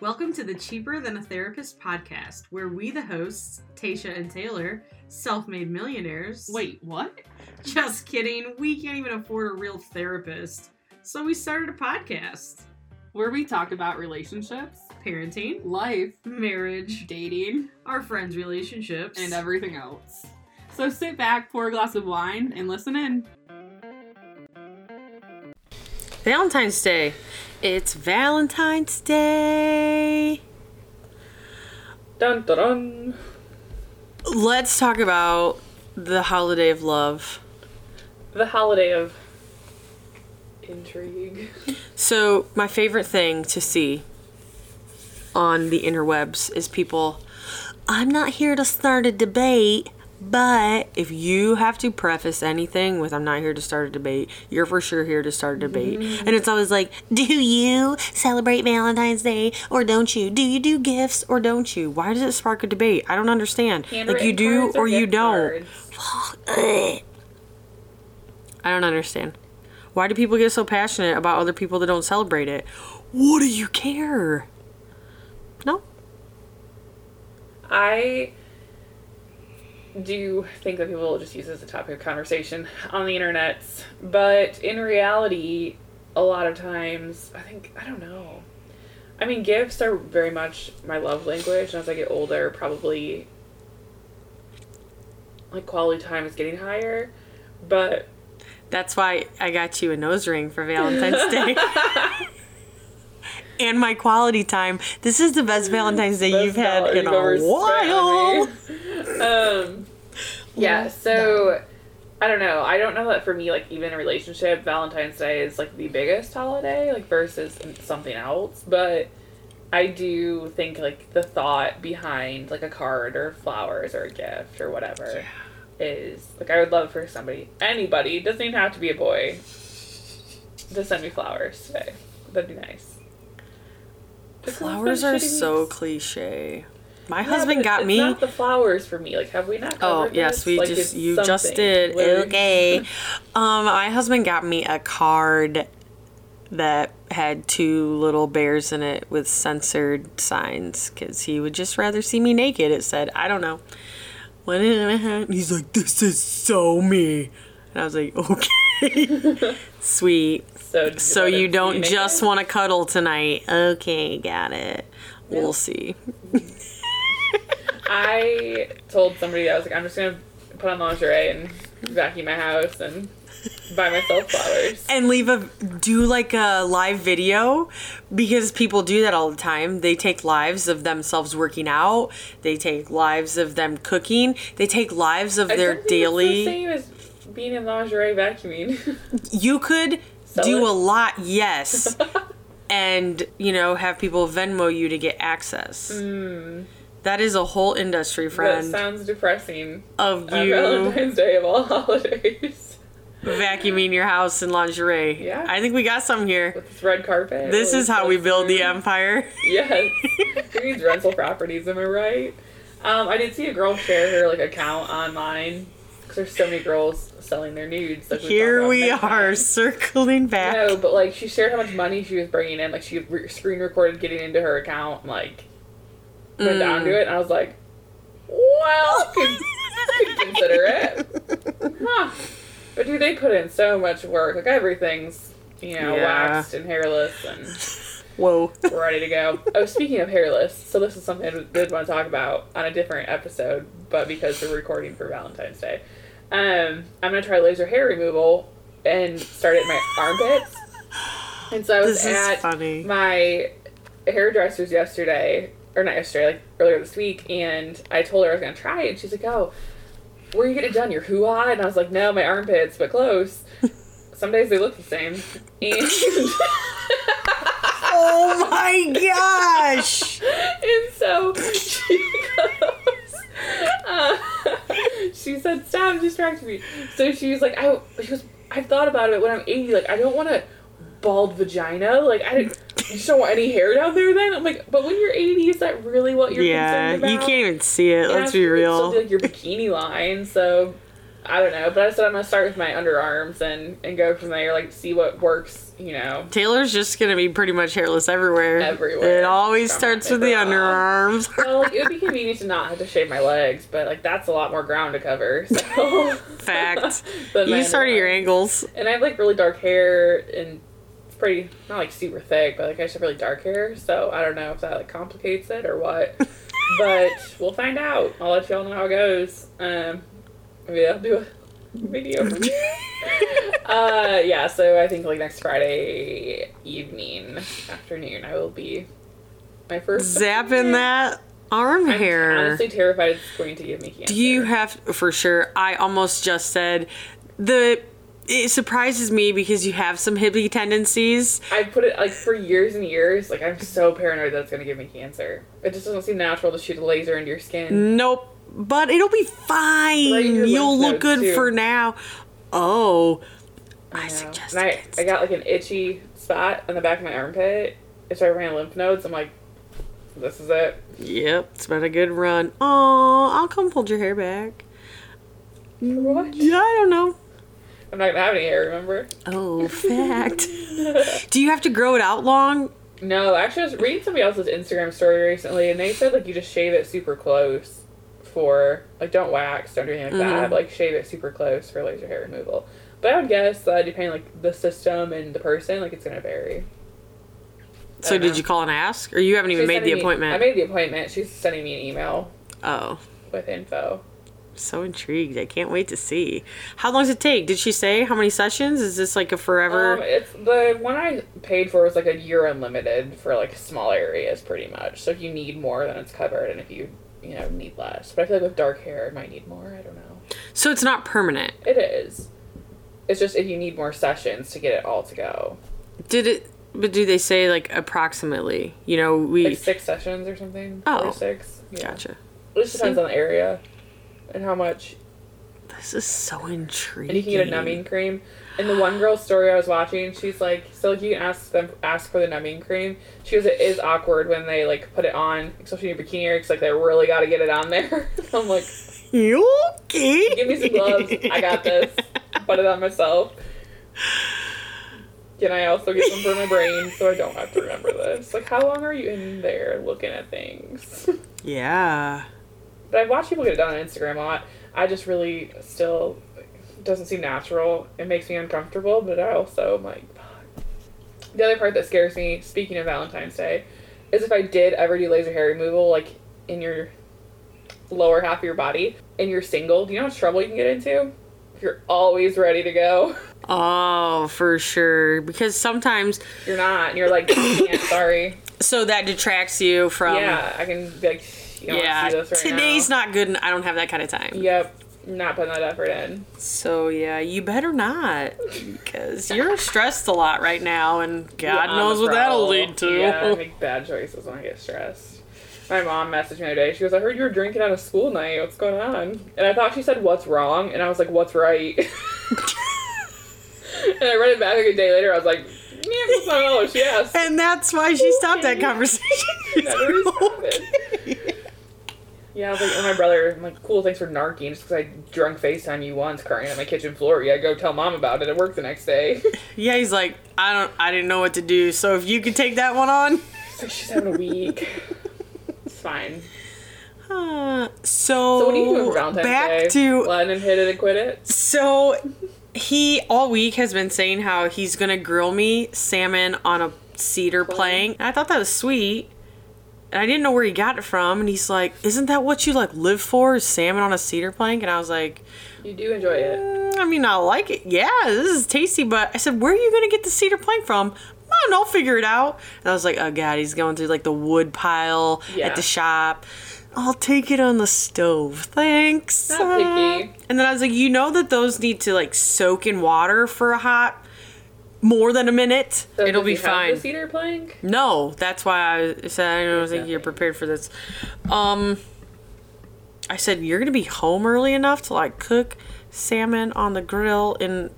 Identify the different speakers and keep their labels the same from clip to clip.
Speaker 1: Welcome to the Cheaper Than a Therapist podcast, where we, the hosts, Tasha and Taylor, self made millionaires.
Speaker 2: Wait, what?
Speaker 1: Just kidding. We can't even afford a real therapist. So we started a podcast
Speaker 2: Where we talk about relationships,
Speaker 1: parenting,
Speaker 2: life,
Speaker 1: marriage,
Speaker 2: dating,
Speaker 1: our friends' relationships,
Speaker 2: and everything else. So sit back, pour a glass of wine, and listen in.
Speaker 3: Valentine's Day. It's Valentine's Day.
Speaker 2: Dun dun dun.
Speaker 3: Let's talk about the holiday of love.
Speaker 2: The holiday of intrigue.
Speaker 3: So, my favorite thing to see on the interwebs is people, I'm not here to start a debate, but if you have to preface anything with, I'm not here to start a debate, you're for sure here to start a debate. And it's always like, do you celebrate Valentine's Day or don't you? Do you do gifts or don't you? Why does it spark a debate? I don't understand. Like, you do or you don't. Ugh. I don't understand. Why do people get so passionate about other people that don't celebrate it? What do you care? No.
Speaker 4: I do think that people will just use it as a topic of conversation on the internet, but in reality, a lot of times, I think, I don't know. I mean, gifts are very much my love language, and as I get older, probably like quality time is getting higher, but
Speaker 3: That's why I got you a nose ring for Valentine's Day. and my quality time. This is the best Valentine's Day
Speaker 4: That's
Speaker 3: you've had
Speaker 4: valid.
Speaker 3: in
Speaker 4: You've
Speaker 3: a
Speaker 4: overspent on
Speaker 3: while.
Speaker 4: me. um, yeah, so I don't know. I don't know that for me, like even in a relationship, Valentine's Day is like the biggest holiday, like versus something else. But I do think like the thought behind like a card or flowers or a gift or whatever is like I would love for somebody, anybody, doesn't even have to be a boy, to send me flowers today. That'd be nice. Because I'm
Speaker 3: Flowers
Speaker 4: so
Speaker 3: are
Speaker 4: shitty.
Speaker 3: so cliche. My
Speaker 4: Yeah,
Speaker 3: husband
Speaker 4: but
Speaker 3: got
Speaker 4: it's
Speaker 3: me.
Speaker 4: Not the flowers for me. Like, have we not?
Speaker 3: Oh
Speaker 4: covered
Speaker 3: yes,
Speaker 4: this?
Speaker 3: we
Speaker 4: Like,
Speaker 3: just
Speaker 4: it's
Speaker 3: you just
Speaker 4: something.
Speaker 3: did.
Speaker 4: Like-
Speaker 3: Okay. um, my husband got me a card that had two little bears in it with censored signs because he would just rather see me naked. It said, "I don't know." What did I have? And He's like, "This is so me," and I was like, "Okay, sweet."
Speaker 4: So, did
Speaker 3: So
Speaker 4: let
Speaker 3: you
Speaker 4: it
Speaker 3: don't
Speaker 4: make
Speaker 3: just
Speaker 4: it?
Speaker 3: want to cuddle tonight? Okay, got it. We'll see.
Speaker 4: I told somebody that I was like, I'm just gonna put on lingerie and vacuum my house and buy myself flowers.
Speaker 3: and leave a do like a live video because people do that all the time. They take lives of themselves working out. They take lives of them cooking. They take lives of
Speaker 4: I
Speaker 3: their
Speaker 4: don't think
Speaker 3: daily.
Speaker 4: It's the same as being in lingerie vacuuming.
Speaker 3: you could do
Speaker 4: it?
Speaker 3: a lot, yes, and you know have people Venmo you to get access. That is a whole industry,
Speaker 4: Hmm. that
Speaker 3: friend,
Speaker 4: sounds depressing.
Speaker 3: of
Speaker 4: On
Speaker 3: you
Speaker 4: Valentine's Day of all holidays.
Speaker 3: vacuuming your house in lingerie.
Speaker 4: Yeah.
Speaker 3: I think we got some here.
Speaker 4: With this red carpet.
Speaker 3: This
Speaker 4: with
Speaker 3: is how we
Speaker 4: this
Speaker 3: build the
Speaker 4: food.
Speaker 3: empire.
Speaker 4: Yes. Who needs rental properties, am I right? Um, I did see a girl share her like account online because there's so many girls selling their nudes. Like, we've talked
Speaker 3: Here
Speaker 4: about
Speaker 3: we
Speaker 4: many
Speaker 3: are,
Speaker 4: times.
Speaker 3: circling back.
Speaker 4: No, but like she shared how much money she was bringing in. Like she re- screen recorded getting into her account, and, like went down to
Speaker 3: Mm.
Speaker 4: it, and I was like, well, could, could consider it, huh? But dude, they put in so much work. Like everything's you know
Speaker 3: Yeah.
Speaker 4: waxed and hairless and.
Speaker 3: Whoa.
Speaker 4: We're ready to go. Oh, speaking of hairless, so this is something I did want to talk about on a different episode, but because we're recording for Valentine's Day, um, I'm gonna try laser hair removal and start at my armpits. And so I was
Speaker 3: This is
Speaker 4: at
Speaker 3: funny.
Speaker 4: my hairdresser's yesterday, or not yesterday, like earlier this week, and I told her I was gonna try it, and she's like, "Oh, where you get it done? Your hoo ha?" And I was like, "No, my armpits, but close." Some days they look the same. And
Speaker 3: Oh my gosh.
Speaker 4: And so she goes, uh, she said, "Stop distracting me." So she's like, "I," she was, "I've thought about it when I'm 80. Like, I don't want a bald vagina. Like, I don't, you just don't want any hair down there." Then I'm like, "But when you're 80, is that really what you're
Speaker 3: yeah,
Speaker 4: concerned about?"
Speaker 3: you can't even see it.
Speaker 4: And I
Speaker 3: Let's
Speaker 4: was
Speaker 3: be
Speaker 4: like,
Speaker 3: real.
Speaker 4: "So, like your bikini line." So I don't know, but I said I'm gonna start with my underarms and and go from there, like see what works, you know.
Speaker 3: Taylor's just gonna be pretty much hairless everywhere.
Speaker 4: Everywhere.
Speaker 3: It always
Speaker 4: From
Speaker 3: starts with the
Speaker 4: everywhere.
Speaker 3: underarms.
Speaker 4: So like it would be convenient to not have to shave my legs, but like that's a lot more ground to cover. So
Speaker 3: Fact.
Speaker 4: But my
Speaker 3: You started your
Speaker 4: underarms.
Speaker 3: ankles.
Speaker 4: and I have like really dark hair and it's pretty not like super thick, but like I just have really dark hair, so I don't know if that like complicates it or what. but we'll find out. I'll let y'all know how it goes. Um maybe I'll do a video. uh yeah, so I think like next Friday evening, afternoon I will be my first
Speaker 3: Zapping that arm
Speaker 4: I'm
Speaker 3: hair.
Speaker 4: honestly terrified it's going to give me
Speaker 3: Do
Speaker 4: cancer.
Speaker 3: you have for sure? I almost just said the. It surprises me because you have some hippie tendencies.
Speaker 4: I put it like for years and years. Like I'm so paranoid that's gonna give me cancer. It just doesn't seem natural to shoot a laser into your skin.
Speaker 3: Nope, but it'll be
Speaker 4: Right,
Speaker 3: fine.
Speaker 4: your
Speaker 3: You'll look
Speaker 4: lymph nodes,
Speaker 3: good
Speaker 4: too.
Speaker 3: for now. Oh,
Speaker 4: you
Speaker 3: I
Speaker 4: know?
Speaker 3: suggest
Speaker 4: And I, I got like an itchy spot on the back of my armpit. It's right around my lymph nodes. I'm like, this is it.
Speaker 3: Yep, it's been a good run. Oh, I'll come hold your hair back. Mm.
Speaker 4: What?
Speaker 3: Yeah, I don't know.
Speaker 4: I'm not gonna have any hair. Remember?
Speaker 3: Oh, fact. Do you have to grow it out long?
Speaker 4: No, actually, I was reading somebody else's Instagram story recently, and they said like you just shave it super close for like don't wax, don't do anything like
Speaker 3: Mm-hmm.
Speaker 4: that. But, like shave it super close for laser hair removal. But I would guess uh, depending like the system and the person, like it's gonna vary.
Speaker 3: So
Speaker 4: don't
Speaker 3: did
Speaker 4: know.
Speaker 3: you call and ask, or you haven't even
Speaker 4: She's
Speaker 3: made the
Speaker 4: sending me- I
Speaker 3: appointment?
Speaker 4: made the appointment. She's sending me an email
Speaker 3: oh,
Speaker 4: with info.
Speaker 3: so intrigued. I can't wait to see. How long does it take? Did she say how many sessions? Is this like a forever?
Speaker 4: Um, it's the one I paid for was like a year unlimited for like small areas, pretty much. So if you need more, then it's covered, and if you you know need less. But I feel like with dark hair, I might need more. I don't know.
Speaker 3: so it's not permanent.
Speaker 4: It is. It's just if you need more sessions to get it all to go,
Speaker 3: Did it? But do they say like approximately? You know, we
Speaker 4: like six sessions or something.
Speaker 3: Oh.
Speaker 4: or six. Yeah.
Speaker 3: gotcha.
Speaker 4: It just depends on the area and how much
Speaker 3: This is so intriguing.
Speaker 4: and you can get a numbing cream. And the one girl's story I was watching, she's like, so like you can ask them ask for the numbing cream. She goes, it is awkward when they like put it on, especially in your bikini area, 'cause, like they really got to get it on there. I'm like,
Speaker 3: You okay?
Speaker 4: give me some gloves, I got this. Put it on myself. Can I also get some for my brain so I don't have to remember this? Like, how long are you in there looking at things?
Speaker 3: Yeah.
Speaker 4: But I've watched people get it done on Instagram a lot. I just really still it doesn't seem natural. It makes me uncomfortable, but I also am like fuck. The other part that scares me, speaking of Valentine's Day, is if I did ever do laser hair removal, like in your lower half of your body, and you're single, do you know how much trouble you can get into? If you're always ready to go,
Speaker 3: Oh, for sure. Because sometimes,
Speaker 4: you're not, and you're like, "Can't, sorry.
Speaker 3: so that detracts you from.
Speaker 4: yeah, I can be like, you don't
Speaker 3: Um, Yeah,
Speaker 4: yeah, see this right
Speaker 3: today's
Speaker 4: now.
Speaker 3: not good. and I don't have that kind of time.
Speaker 4: Yep, not putting that effort in.
Speaker 3: So yeah, you better not because you're stressed a lot right now, and God
Speaker 4: Yeah,
Speaker 3: knows
Speaker 4: I'm a
Speaker 3: what that'll
Speaker 4: pro.
Speaker 3: lead to.
Speaker 4: Yeah, I make bad choices when I get stressed. My mom messaged me the other day. She goes, I heard you were drinking at a school night. What's going on? And I thought she said, What's wrong? And I was like, What's right? and I read it back like a day later. I was like, Yeah, that's not all she asked.
Speaker 3: And that's why she stopped that conversation.
Speaker 4: Never responded. Yeah, I was like, and my brother, I'm like, cool, thanks for narking. Just because I drunk FaceTime you once, crying on my kitchen floor. Yeah, go tell mom about it at work the next day.
Speaker 3: Yeah, he's like, I don't, I didn't know what to do. So if you could take that one on.
Speaker 4: It's like, she's having a week. It's fine.
Speaker 3: Uh, so,
Speaker 4: So what do you do for Valentine's
Speaker 3: Oh, back
Speaker 4: Day?
Speaker 3: to
Speaker 4: let him hit it and quit it.
Speaker 3: so he all week has been saying how he's gonna grill me salmon on a cedar plank. And I thought that was sweet. And I didn't know where he got it from. And he's like, Isn't that what you like live for? Is salmon on a cedar plank? And I was like,
Speaker 4: You do enjoy it.
Speaker 3: "Mm, I mean, I like it. Yeah, this is tasty. But I said, Where are you gonna get the cedar plank from? I don't know, figure it out. And I was like, Oh god, he's going through like the wood pile
Speaker 4: Yeah.
Speaker 3: at the shop. I'll take it on the stove. Thanks.
Speaker 4: Not picky.
Speaker 3: And then I was like, you know that those need to like soak in water for a hot more than a minute.
Speaker 4: So
Speaker 3: It'll
Speaker 4: does
Speaker 3: be
Speaker 4: he have
Speaker 3: fine.
Speaker 4: The cedar plank.
Speaker 3: No, that's why I said I don't think you're prepared for this. Um I said you're gonna be home early enough to like cook salmon on the grill in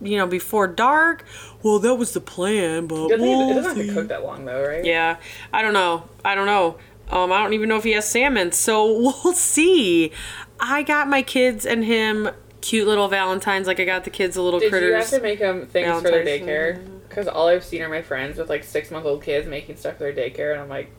Speaker 3: you know, before dark. Well, that was the plan, but
Speaker 4: Good thing it
Speaker 3: we'll
Speaker 4: doesn't have
Speaker 3: see.
Speaker 4: to cook that long though, right?
Speaker 3: Yeah, I don't know. I don't know. Um, I don't even know if he has salmon, so we'll see. I got my kids and him cute little Valentines. Like I got the kids a little
Speaker 4: Did
Speaker 3: critters.
Speaker 4: you have to make them things for their
Speaker 3: Valentine's
Speaker 4: daycare? Because all I've seen are my friends with like six month old kids making stuff for their daycare, and I'm like,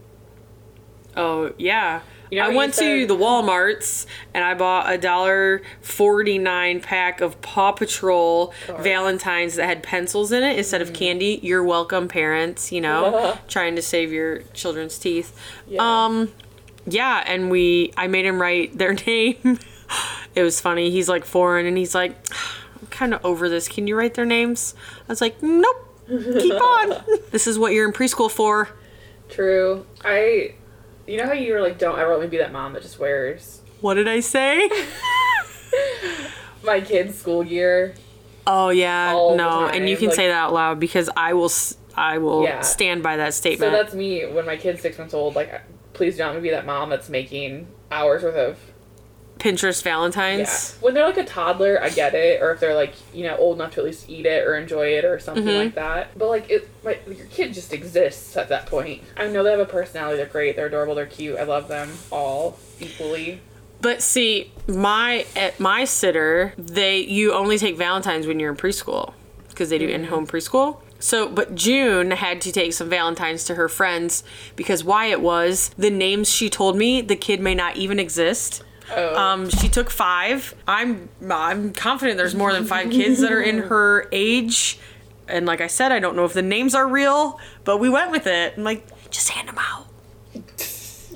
Speaker 3: Oh yeah.
Speaker 4: You know
Speaker 3: I
Speaker 4: what you
Speaker 3: went to
Speaker 4: said-
Speaker 3: the Walmarts and I bought a dollar forty nine pack of Paw Patrol
Speaker 4: Sorry. Mm.
Speaker 3: Valentines that had pencils in it instead of candy. You're welcome, parents. You know, trying to save your children's teeth.
Speaker 4: Yeah.
Speaker 3: Um, yeah, and we I made him write their name. it was funny. He's like foreign, and he's like, I'm kind of over this. Can you write their names? I was like, Nope. Keep on. this is what you're in preschool for.
Speaker 4: true. I, you know how you were like, don't ever let me be that mom that just wears
Speaker 3: What did I say?
Speaker 4: my kids' school gear.
Speaker 3: Oh yeah,
Speaker 4: all the
Speaker 3: no, and you
Speaker 4: time,
Speaker 3: can
Speaker 4: like-
Speaker 3: say that out loud because I will, s- I will
Speaker 4: Yeah.
Speaker 3: stand by that
Speaker 4: So
Speaker 3: statement.
Speaker 4: that's me when my kid's six months old. Like, please don't let me be that mom that's making hours worth of
Speaker 3: Pinterest
Speaker 4: Yeah.
Speaker 3: Valentines.
Speaker 4: When they're like a toddler, I get it. Or if they're like, you know, old enough to at least eat it or enjoy it or something
Speaker 3: Mhm.
Speaker 4: like that. But like, it, my, your kid just exists at that point. I know they have a personality. They're great. They're adorable. They're cute. I love them all equally.
Speaker 3: But see, my at my sitter, they you only take Valentines when you're in preschool because they do in-home preschool. So, but June had to take some Valentines to her friends because why it was the names she told me the kid may not even exist.
Speaker 4: Oh.
Speaker 3: Um, she took five. I'm I'm confident there's more than five kids that are in her age, and like I said, I don't know if the names are real, but we went with it. I'm like, just hand them out.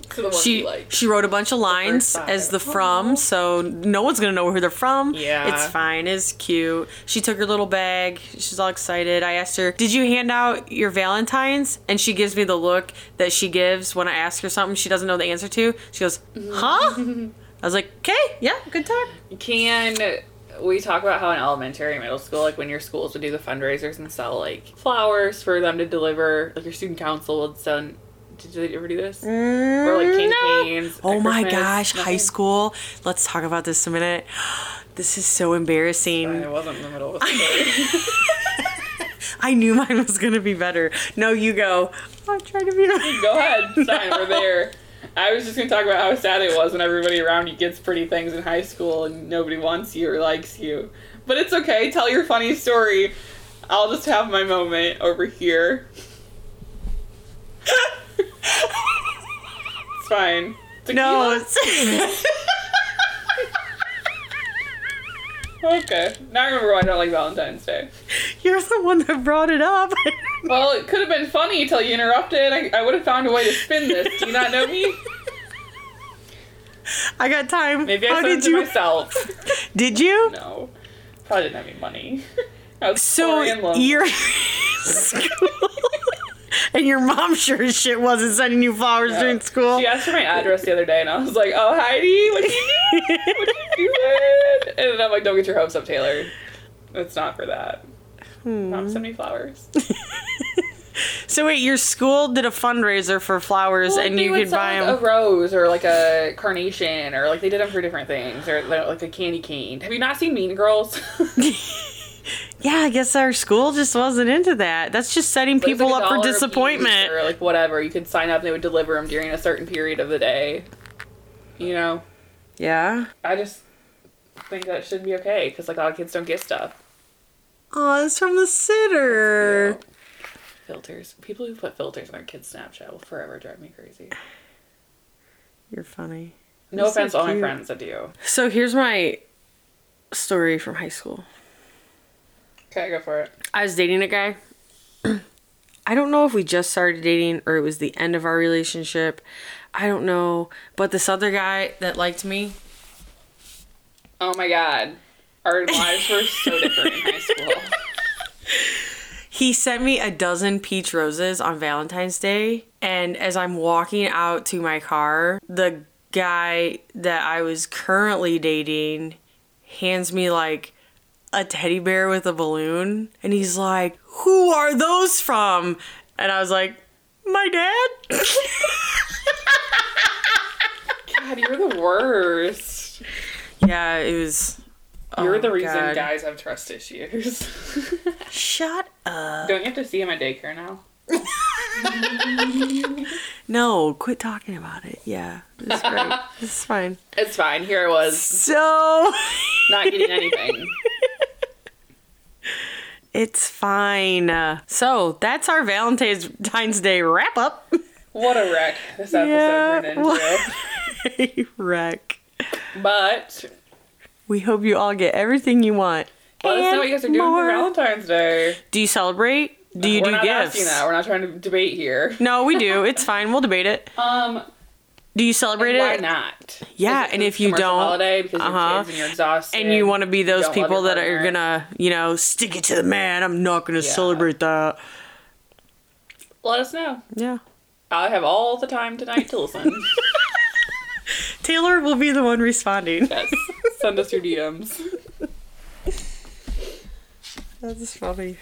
Speaker 4: to the ones
Speaker 3: She
Speaker 4: you like.
Speaker 3: she wrote a bunch of lines
Speaker 4: five.
Speaker 3: as the from, so no one's gonna know who they're from.
Speaker 4: Yeah.
Speaker 3: it's fine. It's cute. She took her little bag. She's all excited. I asked her, "Did you hand out your Valentines?" And she gives me the look that she gives when I ask her something she doesn't know the answer to. She goes, "Huh." I was like, okay, yeah, good time.
Speaker 4: Can we talk about how in elementary and middle school, like when your schools would do the fundraisers and sell like flowers for them to deliver, like your student council would send. Did they ever do this?
Speaker 3: Mm.
Speaker 4: or like candy canes. at
Speaker 3: Oh my
Speaker 4: Christmas? Mm-hmm.
Speaker 3: gosh, high
Speaker 4: Nothing?
Speaker 3: school. Let's talk about this a minute. This is so embarrassing.
Speaker 4: I wasn't in the middle of a story.
Speaker 3: I knew mine was gonna be better. No, you go. I'm trying to be right.
Speaker 4: Go ahead, sign. We're there. I was just gonna talk about how sad it was when everybody around you gets pretty things in high school and nobody wants you or likes you. But it's okay. Tell your funny story. I'll just have my moment over here. It's fine.
Speaker 3: No,
Speaker 4: Tequila?
Speaker 3: it's-
Speaker 4: Okay. Now I remember why I don't like Valentine's Day.
Speaker 3: you're the one that brought it up.
Speaker 4: Well, it could have been funny till you interrupted. I, I would have found a way to spin this. Do you not know me?
Speaker 3: I got time.
Speaker 4: Maybe I
Speaker 3: How
Speaker 4: said
Speaker 3: did
Speaker 4: it to
Speaker 3: you?
Speaker 4: myself.
Speaker 3: Did you?
Speaker 4: No. Probably didn't have any money. I was
Speaker 3: So
Speaker 4: poor and lonely.
Speaker 3: you're school, and your mom sure as shit wasn't sending you flowers during school.
Speaker 4: She asked for my address the other day, and I was like, "Oh, Heidi, what you do? What you doing?" And then I'm like, "Don't get your hopes up, Taylor. It's not for that.
Speaker 3: Hmm.
Speaker 4: Mom, send me flowers."
Speaker 3: So wait, your school did a fundraiser for flowers,
Speaker 4: Well, like,
Speaker 3: and
Speaker 4: they
Speaker 3: you
Speaker 4: would
Speaker 3: could
Speaker 4: sell,
Speaker 3: buy
Speaker 4: like,
Speaker 3: them.
Speaker 4: a rose or like a carnation, or like they did them for different things, or like a candy cane. Have you not seen Mean Girls?
Speaker 3: yeah, I guess our school just wasn't into that. That's just setting
Speaker 4: It was,
Speaker 3: people
Speaker 4: like, a
Speaker 3: up for
Speaker 4: dollar a piece
Speaker 3: disappointment.
Speaker 4: or like whatever. You could sign up, and they would deliver them during a certain period of the day. You know.
Speaker 3: Yeah.
Speaker 4: I just think that should be okay because like a lot of kids don't get stuff.
Speaker 3: Oh, it's from the sitter.
Speaker 4: Filters. People who put filters on their kids' Snapchat will forever drive me crazy.
Speaker 3: You're funny.
Speaker 4: No
Speaker 3: That's so
Speaker 4: offense to all my
Speaker 3: cute.
Speaker 4: friends that do.
Speaker 3: So here's my story from high school.
Speaker 4: Okay, go for it.
Speaker 3: I was dating a guy. I don't know if we just started dating or it was the end of our relationship. I don't know. But this other guy that liked me,
Speaker 4: Oh my god. Our lives were so different in high school.
Speaker 3: he sent me a dozen peach roses on Valentine's Day. And as I'm walking out to my car, the guy that I was currently dating hands me like a teddy bear with a balloon. And he's like, Who are those from? And I was like, My dad?
Speaker 4: God, you're the worst.
Speaker 3: yeah, it was.
Speaker 4: You're
Speaker 3: Oh,
Speaker 4: the reason
Speaker 3: God.
Speaker 4: guys have trust issues.
Speaker 3: Shut up.
Speaker 4: don't you have to see him at daycare now?
Speaker 3: No, quit talking about it. Yeah, it's great. it's fine.
Speaker 4: It's fine. Here I was.
Speaker 3: So
Speaker 4: not getting anything.
Speaker 3: It's fine. Uh, so that's our Valentine's Day wrap up.
Speaker 4: What a wreck this episode
Speaker 3: Yeah,
Speaker 4: turned into.
Speaker 3: what- Hey, wreck.
Speaker 4: But
Speaker 3: We hope you all get everything you want.
Speaker 4: let us
Speaker 3: and
Speaker 4: know what you guys are doing
Speaker 3: more.
Speaker 4: for Valentine's Day.
Speaker 3: Do you celebrate? Do you
Speaker 4: We're
Speaker 3: do
Speaker 4: not
Speaker 3: gifts?
Speaker 4: asking that. We're not trying to debate here.
Speaker 3: No, we do. It's fine. We'll debate it.
Speaker 4: Um,
Speaker 3: Do you celebrate
Speaker 4: why
Speaker 3: it?
Speaker 4: not?
Speaker 3: Yeah,
Speaker 4: Is it
Speaker 3: and
Speaker 4: a
Speaker 3: if you
Speaker 4: commercial
Speaker 3: don't-
Speaker 4: holiday because
Speaker 3: uh-huh.
Speaker 4: you're kids and you're exhausted,
Speaker 3: And you want to be those
Speaker 4: don't love
Speaker 3: people
Speaker 4: your
Speaker 3: that are
Speaker 4: partner.
Speaker 3: gonna, you know, stick it to the man. I'm not gonna
Speaker 4: Yeah.
Speaker 3: celebrate that.
Speaker 4: let us know.
Speaker 3: Yeah.
Speaker 4: I have all the time tonight to listen.
Speaker 3: Taylor will be the one responding.
Speaker 4: yes, send us your DMs.
Speaker 3: That's funny.